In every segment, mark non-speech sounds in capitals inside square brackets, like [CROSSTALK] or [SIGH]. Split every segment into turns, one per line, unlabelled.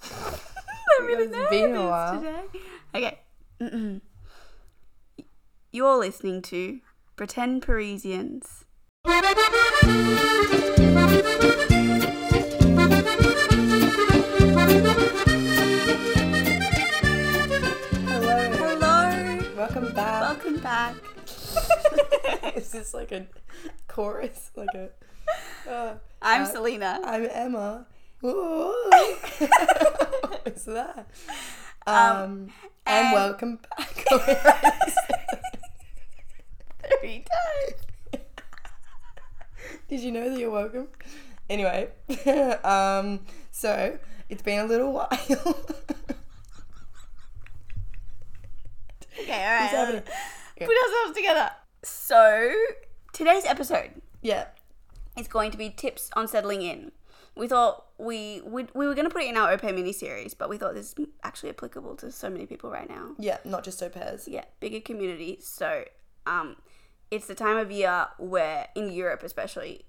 [LAUGHS] gonna
It's
know
been a
this
while.
today. Okay. You're listening to Pretend Parisians.
Hello.
Hello.
Welcome back.
Welcome back.
[LAUGHS] Is this like a chorus? Like a. Uh,
I'm
Uh,
[LAUGHS] Selena.
I'm Emma. Ooh. [LAUGHS] What's that? Um, and
and-
welcome back. [LAUGHS]
Three times.
Did you know that you're welcome? Anyway, [LAUGHS] um, so it's been a little [LAUGHS] while.
Okay, alright.
happening?
let's
Okay.
Put ourselves together. So today's episode
yeah.
is going to be tips on settling in. We thought we would we were going to put it in our OP mini series, but we thought this is actually applicable to so many people right now.
Yeah, not just au pairs.
yeah bigger community so um it's the time of year where in europe especially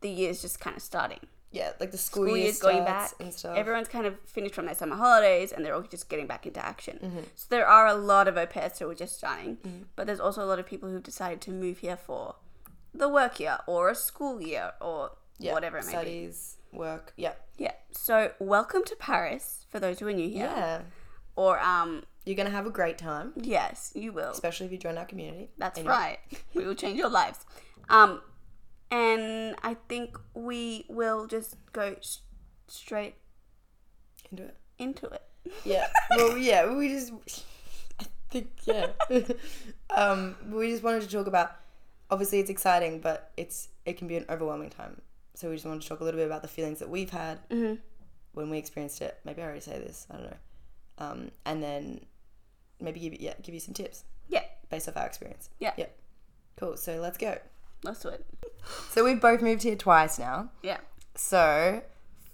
the year's just kind of starting
Yeah, like the school,
School
year
year's going back
starts and stuff.
everyone's kind of finished from their summer holidays and they're all just getting back into action
Mm-hmm.
so there are a lot of au pairs who are just starting but there's also a lot of people who've decided to move here for the work year or a school year or
yeah,
whatever it may be
Studies, work. Yeah.
yeah so welcome to paris for those who are new here
Yeah.
or um
You're going to have a great time,
yes you will
especially if you join our community.
That's
Anyway.
right. [LAUGHS] We will change your lives. Um, and I think we will just go s- straight
Into it.
into it.
Yeah. [LAUGHS] Well, yeah, we just. I think, yeah. [LAUGHS] um, we just wanted to talk about. Obviously, it's exciting, but it's it can be an overwhelming time. So we just wanted to talk a little bit about the feelings that we've had
Mm-hmm.
when we experienced it. Maybe I already say this. I don't know. Um, and then maybe give you, yeah give you some tips
[LAUGHS] Yeah,
based off our experience.
Yeah.
Yeah. Cool. So let's go.
let's do it.
So we've both moved here twice now.
Yeah.
So,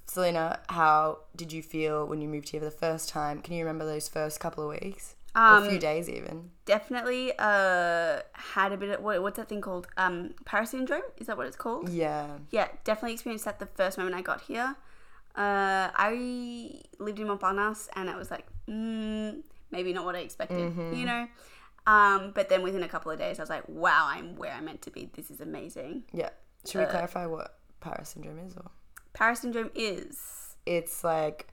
Selena, how did you feel when you moved here for the first time? Can you remember those first couple of weeks? or a few days even.
Definitely uh, had a bit of, what, what's that thing called? Um, Paris syndrome? Is that what it's called?
Yeah.
Yeah, definitely experienced that the first moment I got here. Uh, I lived in Montparnasse and it was like, mm, maybe not what I expected,
Mm-hmm.
you know? Um, but then within a couple of days, I was like, wow, I'm where I meant to be. This is amazing.
Yeah. Should we clarify what Paris syndrome is or?
Paris syndrome is
It's like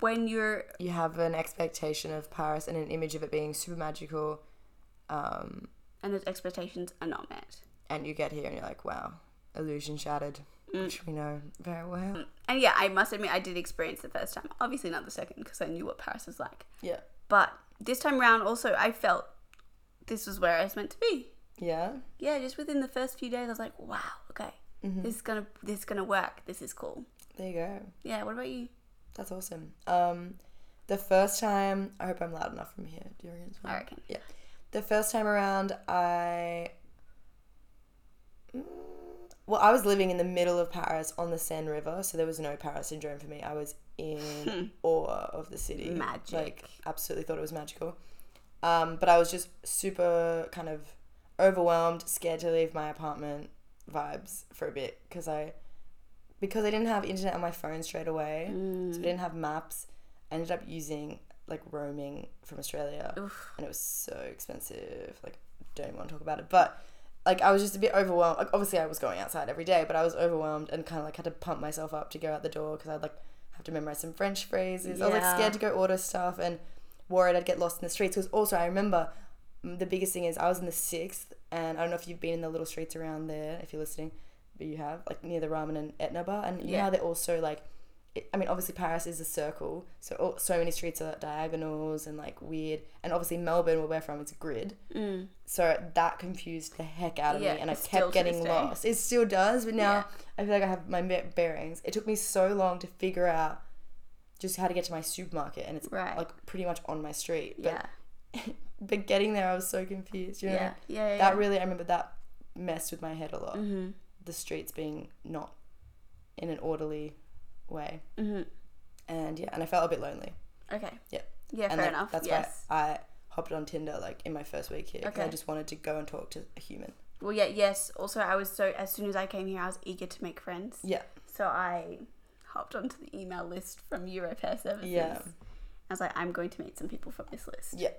when you're
you have an expectation of Paris and an image of it being super magical um,
and those expectations are not met.
and you get here and you're like, wow, illusion shattered, which we know very well.
And yeah, I must admit I did experience the first time. Obviously not the second because I knew what Paris was like.
Yeah.
But this time round, also I felt this was where I was meant to be.
Yeah.
Yeah, just within the first few days, I was like, wow, okay,
Mm-hmm.
this is gonna this is gonna work. This is cool.
There you go.
Yeah. What about you?
That's awesome. Um, the first time, I hope I'm loud enough from here during it as well.
I reckon.
Yeah. The first time around, I. Mm, Well, I was living in the middle of Paris on the Seine River, so there was no Paris syndrome for me. I was in awe of the city.
Magic.
Like, absolutely thought it was magical. Um, but I was just super kind of overwhelmed, scared to leave my apartment vibes for a bit because I because I didn't have internet on my phone straight away, so I didn't have maps. I ended up using like roaming from Australia, and it was so expensive. Like, don't even want to talk about it. But like, I was just a bit overwhelmed. Like, obviously, I was going outside every day, but I was overwhelmed and kind of like had to pump myself up to go out the door because I'd like have to memorize some French phrases. I was like
Yeah.
scared to go order stuff and worried I'd get lost in the streets. Because also, I remember mm, the biggest thing is I was in the sixth, and I don't know if you've been in the little streets around there if you're listening, but you have like near the ramen and Etna bar, and you know
Yeah.
how they're also like. it- I mean, obviously Paris is a circle, so all, so many streets are diagonals and like weird, and obviously Melbourne, where we're from, it's a grid.
Mm.
So that confused the heck out of
Yeah,
me, and I
it's still
kept
to
getting
this day.
lost. It still does, but now
Yeah.
I feel like I have my be- bearings. It took me so long to figure out just how to get to my supermarket, and it's
Right.
like pretty much on my street. But,
Yeah.
but getting there, I was so confused. You know,
Yeah. Yeah. yeah, Mm-hmm.
that
yeah.
really I remember that messed with my head a lot. The streets being not in an orderly way,
Mhm.
and yeah, and I felt a bit lonely.
Okay.
Yeah.
Yeah.
and
fair
like,
enough.
That's
yes.
why I hopped on Tinder like in my first week here because I
Okay.
just wanted to go and talk to a human.
Well, yeah. Yes. Also, I was so as soon as I came here, I was eager to make friends.
Yeah.
So I hopped onto the email list from Europair Services.
Yeah.
I was like, I'm going to meet some people from this list.
Yeah.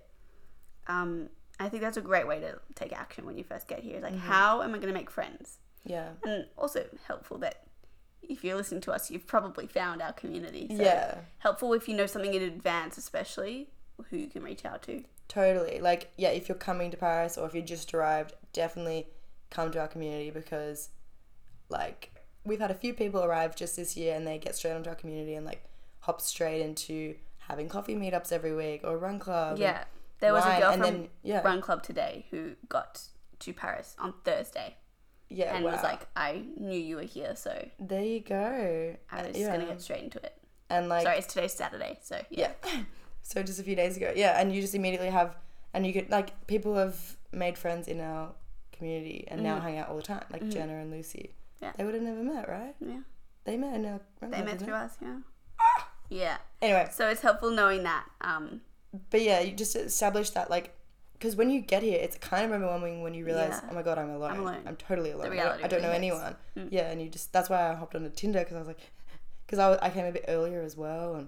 Um, I think that's a great way to take action when you first get here. Like,
Mm-hmm.
how am I going to make friends?
Yeah.
And also helpful that if you're listening to us, you've probably found our community. So
Yeah.
Helpful if you know something in advance, especially who you can reach out to.
Totally. Like, yeah, if you're coming to Paris or if you just arrived, definitely come to our community because, like, we've had a few people arrive just this year and they get straight onto our community and, like, hop straight into having coffee meetups every week or run club. and
Yeah. There was
wine,
a girl
and
from
then, yeah,
Run Club today who got to Paris on Thursday
yeah,
and was
Oh, wow.
like, I knew you were here, so
there you go.
I was
Uh, yeah.
just going to get straight into it.
and like,
Sorry, it's today's Saturday, so yeah.
yeah. so just a few days ago, yeah, and you just immediately have, and you could like people have made friends in our community and now hang out all the time, like Jenna and Lucy.
Mm-hmm. Yeah.
They would have never met, right?
Yeah.
They met in a run
They met
club, didn't
through us, yeah.
Ah!
Yeah.
Anyway,
So it's helpful knowing that. Um,
but yeah, you just establish that like, because when you get here, it's kind of overwhelming when you realize,
Yeah.
oh my god, I'm alone. I'm,
alone.
totally alone. I don't-
reality
I don't know
really Mm. hits.
anyone. Yeah, and you just that's why I hopped onto Tinder because I was like, [LAUGHS] because I, was- I came a bit earlier as well, and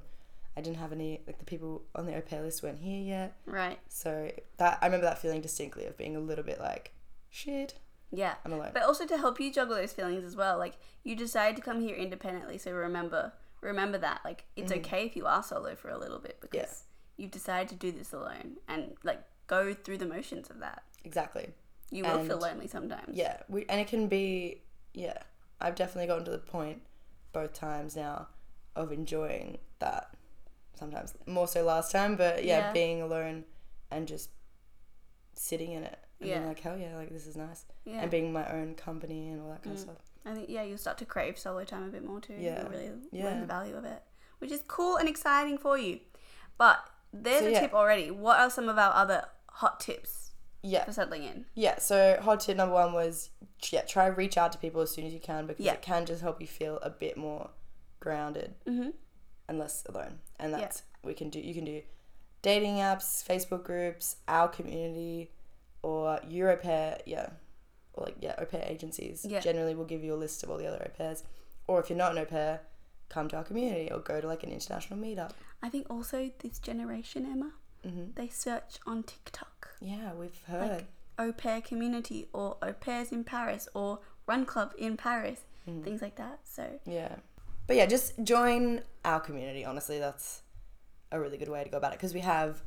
I didn't have any like the people on the au pair list weren't here yet.
right.
So that I remember that feeling distinctly of being a little bit like, shit,
Yeah.
I'm alone.
But also to help you juggle those feelings as well. Like you decided to come here independently, so remember remember that. Like it's
Mm-hmm.
okay if you are solo for a little bit because you've decided to do this alone and like go through the motions of that.
exactly.
You will feel
And-
lonely sometimes.
Yeah, we, and it can be yeah. I've definitely gotten to the point both times now of enjoying that. Sometimes more so last time, but yeah,
Yeah.
being alone and just sitting in it. And being
Yeah.
like hell yeah, like this is nice.
Yeah. Mm.
And being my own company and all that kind of stuff.
I think yeah, you'll start to crave solo time a bit more too.
Yeah.
You'll really learn
Yeah.
the value of it. Which is cool and exciting for you. But there's
So,
a
yeah.
tip already. What are some of our other hot tips
Yeah,
for settling in?
yeah. So hot tip number one was yeah, try to reach out to people as soon as you can because
Yeah.
it can just help you feel a bit more grounded
Mm-hmm.
and less alone. And that's we can do. You can do dating apps, Facebook groups, our community, or Europair. Yeah, or like yeah, au pair agencies.
Yeah.
Generally, will give you a list of all the other au pairs. Or if you're not an au pair, come to our community or go to like an international meetup.
I think also this generation, Emma,
Mhm.
they search on TikTok.
Yeah, we've heard.
Au pair community or au pairs in Paris or run club in Paris, things like that. So,
yeah, but yeah, just join our community. Honestly, that's a really good way to go about it because we have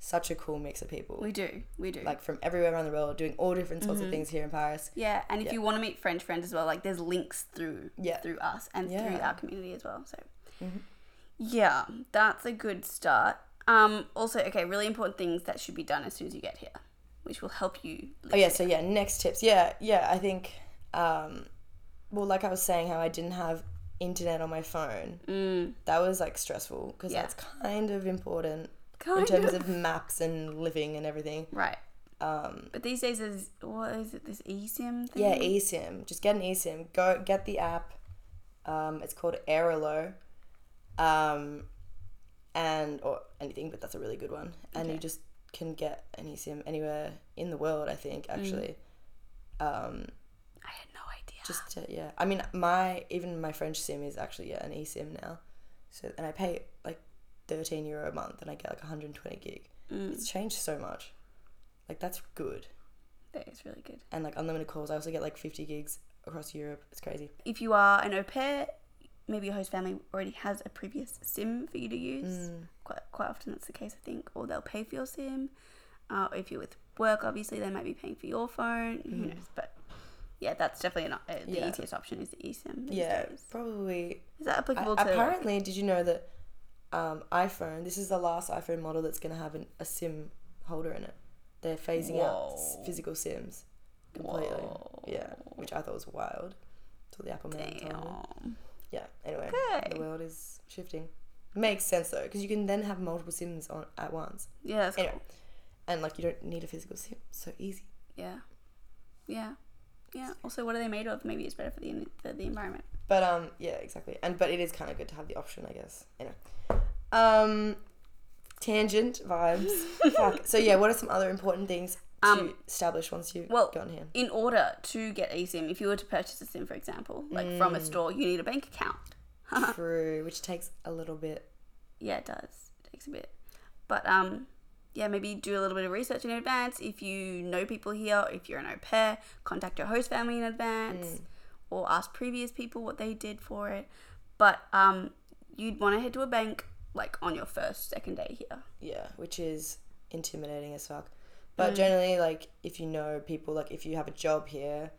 such a cool mix of people.
we do. Mm-hmm. We do.
like from everywhere around the world, doing all different sorts of things here in Paris.
yeah, and if you want to meet French friends as well, like there's links through
Yeah.
through us and through
Yeah. Mm-hmm.
our community as well. So, yeah, that's a good start. Um, also, okay, really important things that should be done as soon as you get here, which will help you.
Oh yeah, so yeah, next tips. Yeah, yeah, I think um well like I was saying how I didn't have internet on my phone.
Mm,
That was like stressful because
Yeah.
that's kind of important
kind
in terms
of.
of maps and living and everything.
Right.
Um
But these days, there's, what is it, this E eSIM thing?
yeah, eSIM. Just get an eSIM. Go get the app. Um it's called Aerolo. Um and or anything, but that's a really good one. And you just can get an eSIM anywhere in the world, I think, actually. Um
I had no idea.
just to, yeah i mean my even my french sim is actually yeah, an esim now so and i pay like 13 euro a month and i get like 120 gig it's changed so much like that's good
That is really good.
and like unlimited calls i also get like 50 gigs across europe it's crazy
If you are an au pair, maybe your host family already has a previous SIM for you to use.
Mm.
Quite, quite often that's the case, I think. Or they'll pay for your SIM. Uh, if you're with work, obviously, they might be paying for your phone. Who knows? But yeah, that's definitely not uh, the
Mm. Yeah.
easiest option is the eSIM. These
yeah
Days.
probably
Is that
I-
applicable to. like-
apparently did you know that um, iphone this is the last iphone model that's going to have an, a sim holder in it they're phasing out s-
Whoa.
physical sims completely
Whoa.
yeah which i thought was wild so the apple man told me.
Damn.
Yeah. Anyway,
Okay.
the world is shifting. Makes sense though, because you can then have multiple sims on at once,
Yeah, that's cool.
Anyway. and like you don't need a physical sim. So easy.
Yeah. Yeah. Yeah. Also, what are they made of? Maybe it's better for the, en- for the environment.
But um, yeah, exactly. And but it is kind of good to have the option, I guess. Anyway, um, tangent
[LAUGHS]
vibes. Fuck. So yeah, what are some other important things to
Um,
establish once you
well,
get
[LAUGHS]
on here?
in order to get a sim if you were to purchase a sim for example like from
Mm.
a store you need a bank account
True, which takes a little bit.
yeah it does it takes a bit But um, yeah, maybe do a little bit of research in advance. If you know people here, or if you're an au pair, contact your host family in
Mm.
advance or ask previous people what they did for it. But um, you'd want to head to a bank like on your first, second day here.
Yeah, which is intimidating as fuck.
Mm.
But generally, like if you know people, like if you have a job here,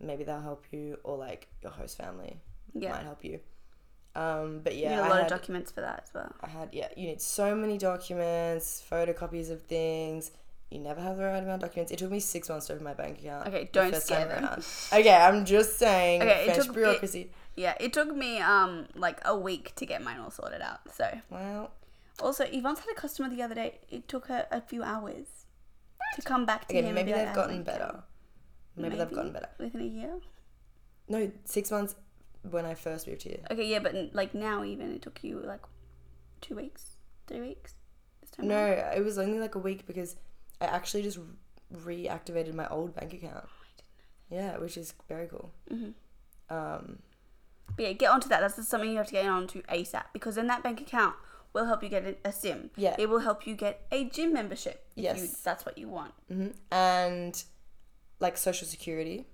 maybe they'll help you, or like your host family
Yeah.
might help you. Um, but
You
yeah,
need a
I
lot
had,
of documents for that as well.
I had yeah. You need so many documents, photocopies of things. You never have the right amount of documents. It took me six months to open my bank account.
Okay,
the
don't
first
scare
time
them. [LAUGHS]
around. Okay, I'm just saying.
Okay, it
French
took a bit-
bureaucracy.
Yeah, it took me um like a week to get mine all sorted out. So
Well,
also, Yvonne's had a customer the other day. It took her a few hours to come back to
okay,
him. and
maybe
be like,
they've
"I
gotten
like um,
better. Maybe, they've gotten better.
within a year.
No, six months when I first moved here.
Okay, yeah, but like now even it took you like two weeks, three weeks. This time
No,
around?
it was only like a week because I actually just reactivated my old bank
Oh,
account. Yeah, which is very cool. Mm-hmm. Um,
But yeah, get onto that. That's just something you have to get onto ASAP because then that bank account will help you get an- a sim.
Yeah.
It will help you get a gym membership. If You,
Yes.
that's what you want.
mhm. And like social security,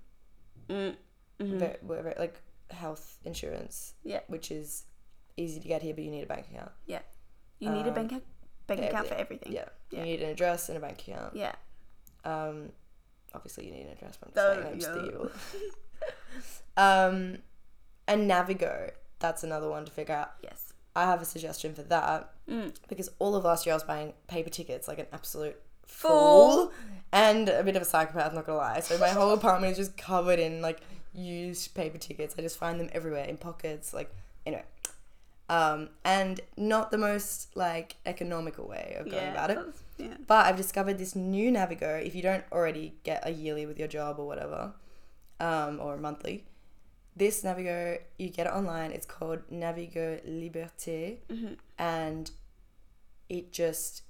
Mm. Mhm.
ve- whatever, like health insurance,
Yeah.
which is easy to get here, but you need a bank account.
Yeah. You need a bank ac- bank
for
account for everything.
Um, Yeah,
Yeah.
you need an address and a bank account.
Yeah.
Um, obviously, you need an address, but I'm
Oh,
just saying, I'm just
yeah.
the evil. [LAUGHS] um, and Navigo, that's another one to figure out.
Yes.
I have a suggestion for that
Mm.
because all of last year I was buying paper tickets like an absolute fool, and a bit of a psychopath, not gonna lie. So my whole apartment is just covered in like used paper tickets. I just find them everywhere in pockets, like anyway. Um, and not the most like economical way of going
yeah.
about it.
that's- Yeah.
But I've discovered this new Navigo. If you don't already get a yearly with your job or whatever, um, or monthly, this Navigo you get it online. It's called Navigo Liberté, and it just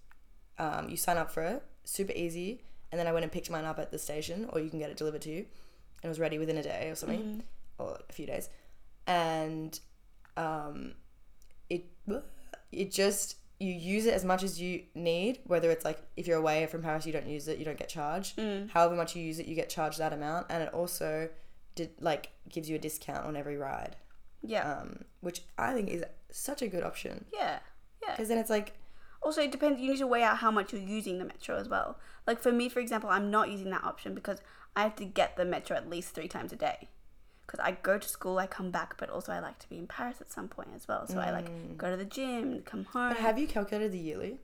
um, you sign up for it. Super easy. And then I went and picked mine up at the station, or you can get it delivered to you, and it was ready within a day or something, or a few days. And um, it it just you use it as much as you need whether it's like if you're away from paris you don't use it you don't get charged
Mm.
however much you use it you get charged that amount and it also did like gives you a discount on every ride
Yeah.
um, which i think is such a good option
yeah. Yeah.
because then it's like
Also, it depends. You need to weigh out how much you're using the metro as well. Like for me, for example, I'm not using that option because I have to get the metro at least three times a day. Because I go to school, I come back, but also I like to be in Paris at some point as well. So I like go to the gym, come home.
Mm. but have you calculated the yearly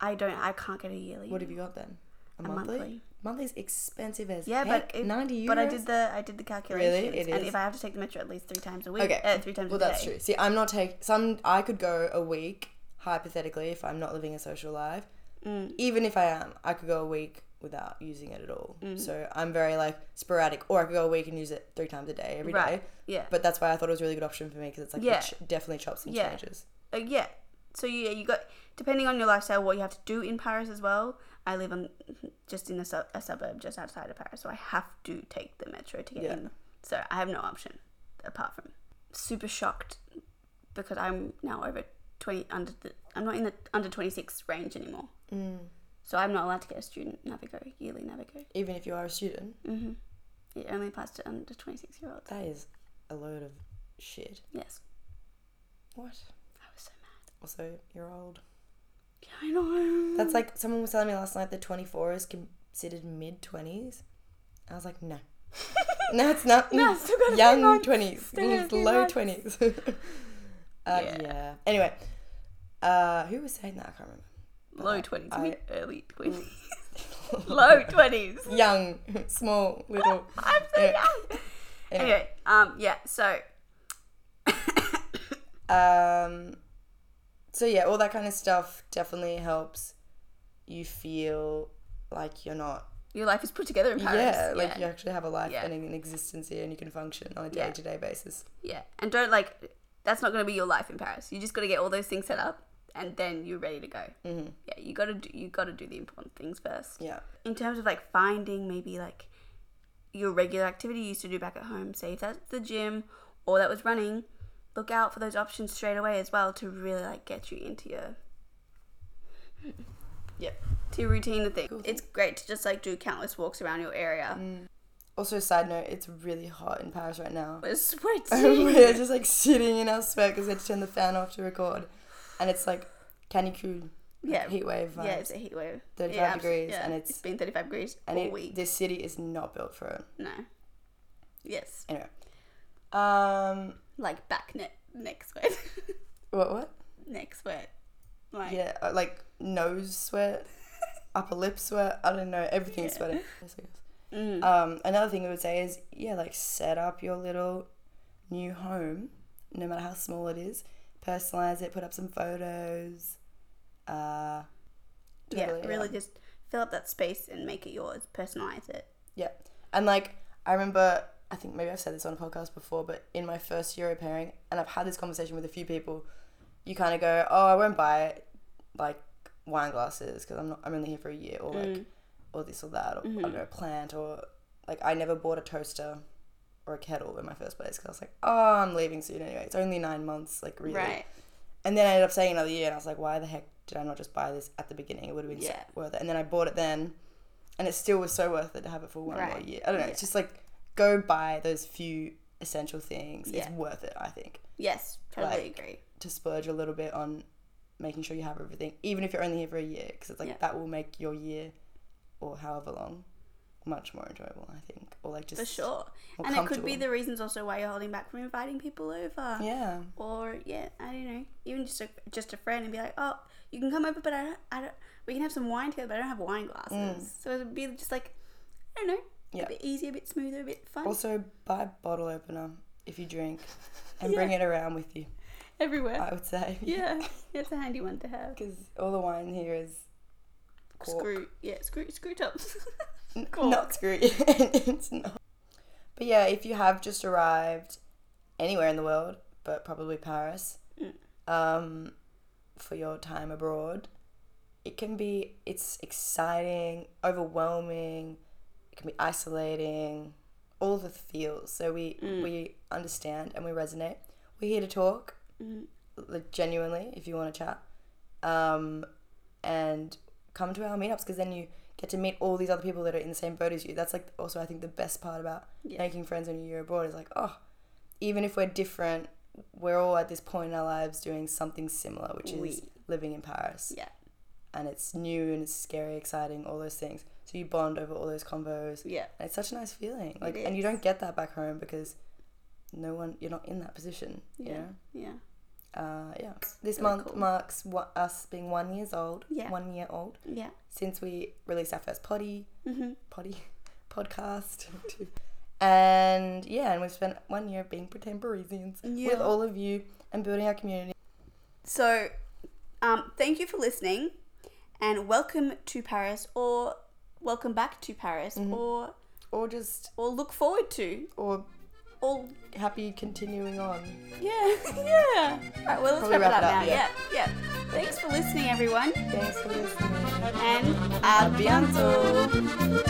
I don't. I can't get a yearly.
what have you got then a, monthly?
monthly.
monthly's expensive as
yeah,
heck.
but it-
90 euros
But I did the I did the calculations,
It
and
is?
if I have to take the metro at least three times a week,
Okay.
uh, three times
Well,
a day.
that's true. See, I'm not take some. I could go a week hypothetically if I'm not living a social life.
Mm.
Even if I am, I could go a week without using it at all.
Mm.
So I'm very like sporadic, or I could go a week and use it three times a day every day.
Right. Yeah.
But that's why I thought it was a really good option for me because it's like
Yeah.
it ch- definitely chops and
Yeah.
changes.
Uh, yeah. So yeah, you got depending on your lifestyle, what you have to do in Paris as well. I live on [LAUGHS] just in a, sub, a suburb just outside of Paris, so I have to take the metro to get
Yeah.
in. So I have no option apart from super shocked because I'm now over twenty under the I'm not in the under twenty six range anymore.
Mm.
So I'm not allowed to get a student Navigo yearly Navigo.
Even if you are a student,
hmm It only applies to under twenty six year olds.
that is a load of shit.
Yes,
What?
I was so mad.
Also, you're old.
Yeah, I know.
That's like someone was telling me last night that 24 is considered mid 20s. I
[LAUGHS]
was like, no. no, it's not.
No, still got a few
young
months.
20s.
Still got a
It's
few
low
months.
20s. [LAUGHS] uh, yeah.
Yeah.
Anyway, uh, who was saying that? I can't remember.
Low
I-
twenties,
I- Mm.
mid early twenties, [LAUGHS]
[LAUGHS]
low twenties.
Young, [LAUGHS] small, little.
I'm so
Yeah.
young.
Anyway.
Anyway, um, yeah. So
Um, so yeah, all that kind of stuff definitely helps you feel like you're not
your life is put together in Paris.
yeah
Yeah,
like you
yeah.
actually have a life
Yeah.
and an existence here and you can function on a
Yeah.
day-to-day basis
And don't like. That's not going to be your life in Paris. You just got to get all those things set up, and then you're ready to go. Mm-hmm. Yeah, you got to do, you got to do the important things first.
yeah
In terms of like finding maybe like your regular activity you used to do back at home, say if that's the gym or that was running, look out for those options straight away as well to really like get you into your
Hmm. Yep.
to your routine and thing.
Cool Mm. thing.
It's great to just like do countless walks around your area.
Also, side note, it's really hot in Paris right now.
[LAUGHS]
[LAUGHS]
We're sweating.
We're just like sitting in our sweat because we had to turn the fan off to record, and it's like Cancun
yeah.
heat wave vibes.
Yeah, it's a heat wave.
35
yeah, abs-
degrees,
yeah,
and it's
it's been 35 degrees
and
all
it,
week.
this city is not built for it.
No. Yes.
Anyway, um,
Like back neck, neck sweat. [LAUGHS]
what what?
neck sweat. Like,
Yeah, uh, like nose sweat,
[LAUGHS]
upper lip sweat. I don't know. Everything's sweating. Yes, I guess.
mm,
Um, another thing we would say is yeah, like set up your little new home, no matter how small it is. Personalize it. Put up some photos. Uh,
yeah,
totally,
really just fill up that space and make it yours. Personalize it.
Yeah. And like I remember I think maybe I've said this on a podcast before, but in my first year of pairing, and I've had this conversation with a few people, you kind of go, "Oh, I won't buy like wine glasses because I'm not I'm only here for a year or like
Mm.
or this or that or
Mm-hmm.
I don't know, a plant or like I never bought a toaster or a kettle in my first place because I was like, "Oh, I'm leaving soon anyway. It's only 9 months like really."
Right.
And then I ended up staying another year, and I was like, why the heck did I not just buy this at the beginning? It would have been so
Yeah.
worth it. And then I bought it then, and it still was so worth it to have it for one more
Right.
year. I don't know. It's just like go buy those few essential things. It's
Yeah.
worth it, I think,
Yes, totally
Like-
agree.
to splurge a little bit on making sure you have everything, even if you're only here for a year, because it's like
Yeah.
that will make your year or however long much more enjoyable, I think, or like just
For sure.
more
And it could be
comfortable.
the reasons also why you're holding back from inviting people over.
yeah.
Or, yeah, I don't know, even just a, just a friend and be like, oh, you can come over, but I don't, I don't, we can have some wine together, but I don't have wine glasses. So it would be just like, I don't know,
Mm. Yeah.
a bit easier, a bit smoother, a bit fun.
Also, buy a bottle opener if you
[LAUGHS]
drink, and
Yeah.
bring it around with you.
Everywhere.
I would say.
[LAUGHS] yeah, it's a handy one to have.
Because all the wine here is cork.
Screw, yeah, screw, screw tops. [LAUGHS]
N-
cork.
Not screw. [LAUGHS] it's not. But yeah, if you have just arrived anywhere in the world, but probably Paris, um, for your time abroad, it can be, it's exciting, overwhelming, it can be isolating, all the feels. So we, we understand and we resonate. We're here to talk,
Mm-hmm.
like genuinely, if you want to chat. Um, and come to our meetups because then you get to meet all these other people that are in the same boat as you. That's like also I think the best part about
Yeah.
making friends when you're abroad is like, oh, even if we're different, we're all at this point in our lives doing something similar, which is
We-
living in Paris.
Yeah.
And it's new and it's scary, exciting, all those things. So you bond over all those convos.
yeah,
And it's such a nice feeling. Like
It
and
is.
you don't get that back home because no one you're not in that position. You
yeah,
know?
yeah.
Uh, yeah. This
really
month
cool.
marks what, us being one years old.
Yeah.
One year old
Yeah.
since we released our first potty,
hmm
potty [LAUGHS]
[LAUGHS]
podcast. and yeah, and we've spent one year being pretend Parisians with
Yeah.
all of you and building our community.
So, um, thank you for listening, and welcome to Paris, or welcome back to Paris, or
Or just,
or look forward to,
or
or
happy continuing on.
yeah, [LAUGHS] yeah. All right, well, let's
Probably
wrap, it up, now. Yeah. yeah, Thanks for listening, everyone,
Thanks for listening.
and a bientôt.